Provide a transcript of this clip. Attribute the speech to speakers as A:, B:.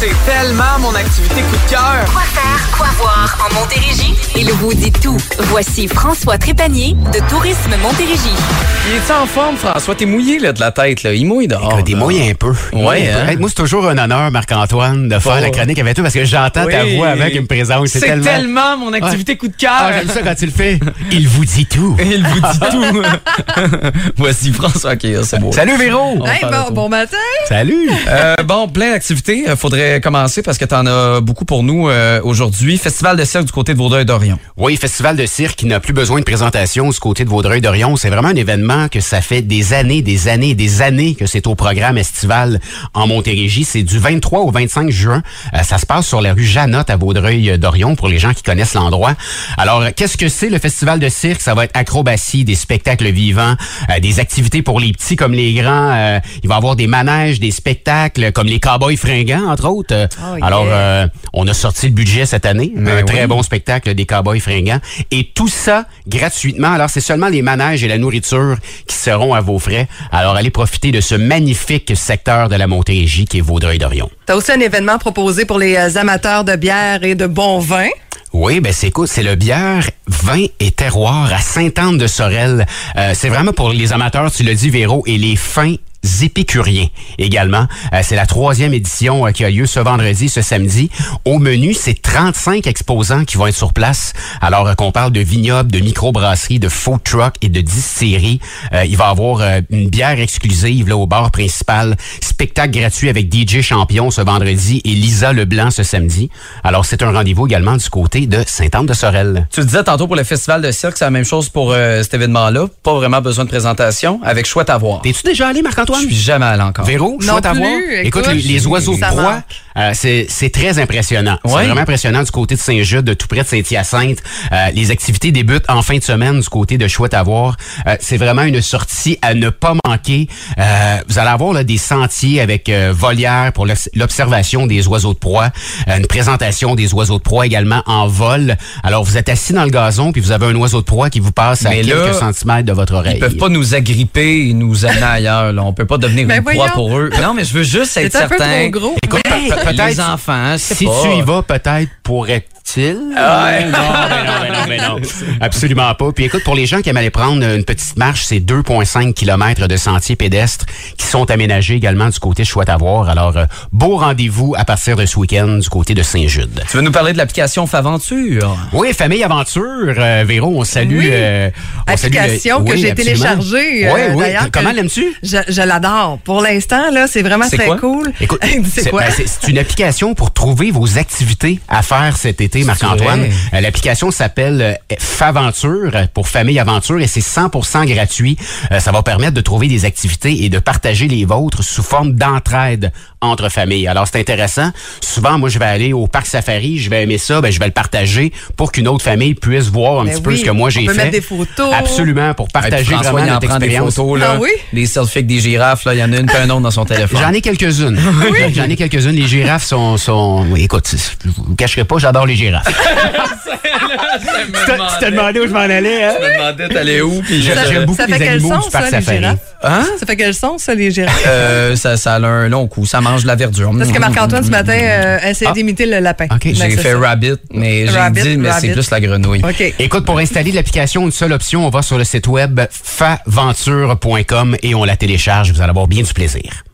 A: c'est tellement mon activité coup de cœur.
B: Quoi faire, quoi voir en Montérégie? Il vous dit tout. Voici François Trépanier de Tourisme Montérégie.
A: Il est en forme, François? T'es mouillé là, de la tête. Là. Il mouille dehors.
C: Écoute, il
A: là.
C: mouille un peu. Il
A: Oh, Ouais,
C: mouille un peu.
A: hein?
C: Hey, Moi, c'est toujours un honneur, Marc-Antoine, de faire
A: Oh.
C: la chronique avec toi parce que j'entends ta
A: Oui.
C: voix avec une présence.
A: C'est tellement... mon activité
C: Ouais.
A: coup de cœur.
C: Ah, j'aime ça quand tu le fais. Il vous dit tout.
A: Il vous dit tout. Voici François qui c'est beau.
C: Salut, Véro.
A: On va
D: Hey,
A: faire le
D: Eh bon,
A: tour.
D: bon matin!
C: Salut.
A: Euh, bon, plein d'activités. Euh, Faudrait commencer parce que t'en as beaucoup pour nous euh, aujourd'hui. Festival de cirque du côté de Vaudreuil et d'Orion.
C: Oui, Festival de cirque qui n'a plus besoin de présentation du côté de Vaudreuil-Dorion. C'est vraiment un événement que ça fait des années, des années, des années que c'est au programme estival en Montérégie. C'est du 23 au 25 juin. Euh, ça se passe sur la rue Janotte à Vaudreuil-Dorion pour les gens qui connaissent l'endroit. Alors, euh, qu'est-ce que c'est le Festival de cirque? Ça va être acrobatie, des spectacles vivants, euh, des activités pour les petits comme les grands. Euh, il va y avoir des manèges, des spectacles comme les cowboys fringants, entre autres. Euh,
D: Oh, yeah.
C: Alors, euh, on a sorti le budget cette année.
A: Ben
C: un
A: oui.
C: très bon spectacle des cowboys fringants. Et tout ça gratuitement. Alors, c'est seulement les manèges et la nourriture qui seront à vos frais. Alors, allez profiter de ce magnifique secteur de la Montérégie qui est Vaudreuil-Dorion.
D: T'as aussi un événement proposé pour les euh, amateurs de bière et de bon vin.
C: Oui, ben c'est cool. C'est le bière, vin et terroir à Sainte-Anne-de-Sorel. Euh, c'est vraiment pour les amateurs, tu le dis, Véro, et les fins épicuriens également. Euh, c'est la troisième édition euh, qui a lieu ce vendredi, ce samedi. Au menu, c'est 35 exposants qui vont être sur place. Alors euh, qu'on parle de vignobles, de microbrasseries, de food truck et de distilleries, euh, il va y avoir euh, une bière exclusive là, au bar principal, spectacle gratuit avec DJ Champion ce vendredi et Lisa Leblanc ce samedi. Alors c'est un rendez-vous également du côté de Sainte-Anne-de-Sorel.
A: Tu le disais tantôt pour le festival de cirque, c'est la même chose pour euh, cet événement-là. Pas vraiment besoin de présentation. Avec chouette à voir.
C: T'es-tu déjà allé,
A: Je
C: Marc-Antoine?
A: suis jamais allé encore.
C: Véro,
D: Non
C: chouette à
D: plus,
C: voir. Écoute,
D: écoute,
C: les, les oiseaux de
D: ça
C: proie,
D: manque.
C: euh, c'est c'est très impressionnant.
A: Ouais.
C: C'est vraiment impressionnant du côté de Saint-Jude, de tout près de Saint-Hyacinthe. Euh, les activités débutent en fin de semaine du côté de Chouette à voir. Euh, c'est vraiment une sortie à ne pas manquer. Euh, vous allez avoir là, des sentiers avec euh, volière pour l'obs- l'observation des oiseaux de proie, Euh, une présentation des oiseaux de proie également en vol. Alors, vous êtes assis dans le gazon, puis vous avez un oiseau de proie qui vous passe à
A: Mais là,
C: quelques centimètres de votre oreille.
A: Ils peuvent pas nous agripper et nous amener ailleurs. Là. On peut pas devenir
D: Ben
A: une proie
D: voyons.
A: pour eux. Non, mais je veux juste être
D: C'est un peu
A: certain.
D: trop gros.
C: Écoute, pe- pe- peut-être... Oh.
A: les enfants, je sais
C: hein, Si
A: pas.
C: tu y vas, peut-être pourrait-il. non, mais non, mais non, mais non. Absolument pas. Puis écoute, pour les gens qui aiment aller prendre une petite marche, c'est 2,5 km de sentiers pédestres qui sont aménagés également du côté chouette à voir. Alors, euh, beau rendez-vous à partir de ce week-end du côté de Saint-Jude.
A: Tu veux nous parler de l'application Faventure?
C: Oui, Famille Aventure, euh, Véro, on salue...
D: Oui.
C: euh, on salue le-
D: Application que
C: oui,
D: j'ai
C: absolument.
D: téléchargée. euh,
C: Oui, oui.
D: d'ailleurs, que-
C: Comment l'aimes-tu?
D: Je, je l'adore. Pour l'instant, là, c'est vraiment
A: C'est
D: très
A: quoi?
D: cool.
C: Écoute,
D: c'est
C: c'est
D: quoi?
C: ben, c'est- c'est une application pour trouver vos activités à faire cet été, Marc-Antoine.
A: vrai.
C: Euh, L'application s'appelle euh, Faventure euh, pour Famille Aventure et c'est 100% gratuit. Euh, ça va permettre de trouver des activités et de partager les vôtres sous forme d'entraide entre familles. Alors c'est intéressant. Souvent, moi, je vais aller au parc safari, je vais aimer ça, ben, je vais le partager pour qu'une autre famille puisse voir un
D: Ben
C: petit peu
D: oui,
C: ce que moi
D: on
C: j'ai
D: peut
C: fait.
D: mettre des photos.
C: Absolument pour
A: Hey,
C: partager
A: puis François,
C: vraiment
A: il en
C: notre
A: prend des
C: expérience.
A: photos, là.
D: Ah oui?
A: Des selfies avec des girafes, là. Il y en a une, puis un autre dans son téléphone.
C: J'en ai quelques-unes. J'en ai quelques-unes. Les girafes sont. sont... oui, Écoute, je vous cacherai pas, j'adore les girafes. où je m'en allais, hein?
A: Je me demandais t'allais où, puis je-
C: Ça- j'aime beaucoup
D: ça fait
C: les
D: quel
C: animaux
D: son,
C: du parc
D: ça, les
C: safari.
D: girafes?
A: Hein?
D: Ça fait quel son, ça, les girafes?
A: Euh, ça, ça a un long coup. Ça mange de la verdure. Mm.
D: Parce que Marc-Antoine, ce matin, euh, essayait d'imiter le lapin.
C: Hmm. Ah. OK,
D: Donc,
A: J'ai
D: c'est
A: fait
D: ça.
A: rabbit, mais j'ai
D: Rabbit,
A: dit, mais c'est
D: rabbit.
A: plus la grenouille.
D: OK.
C: Écoute, pour installer l'application, une seule option, on va sur le site web faventure.com et on la télécharge. Vous allez avoir bien du plaisir.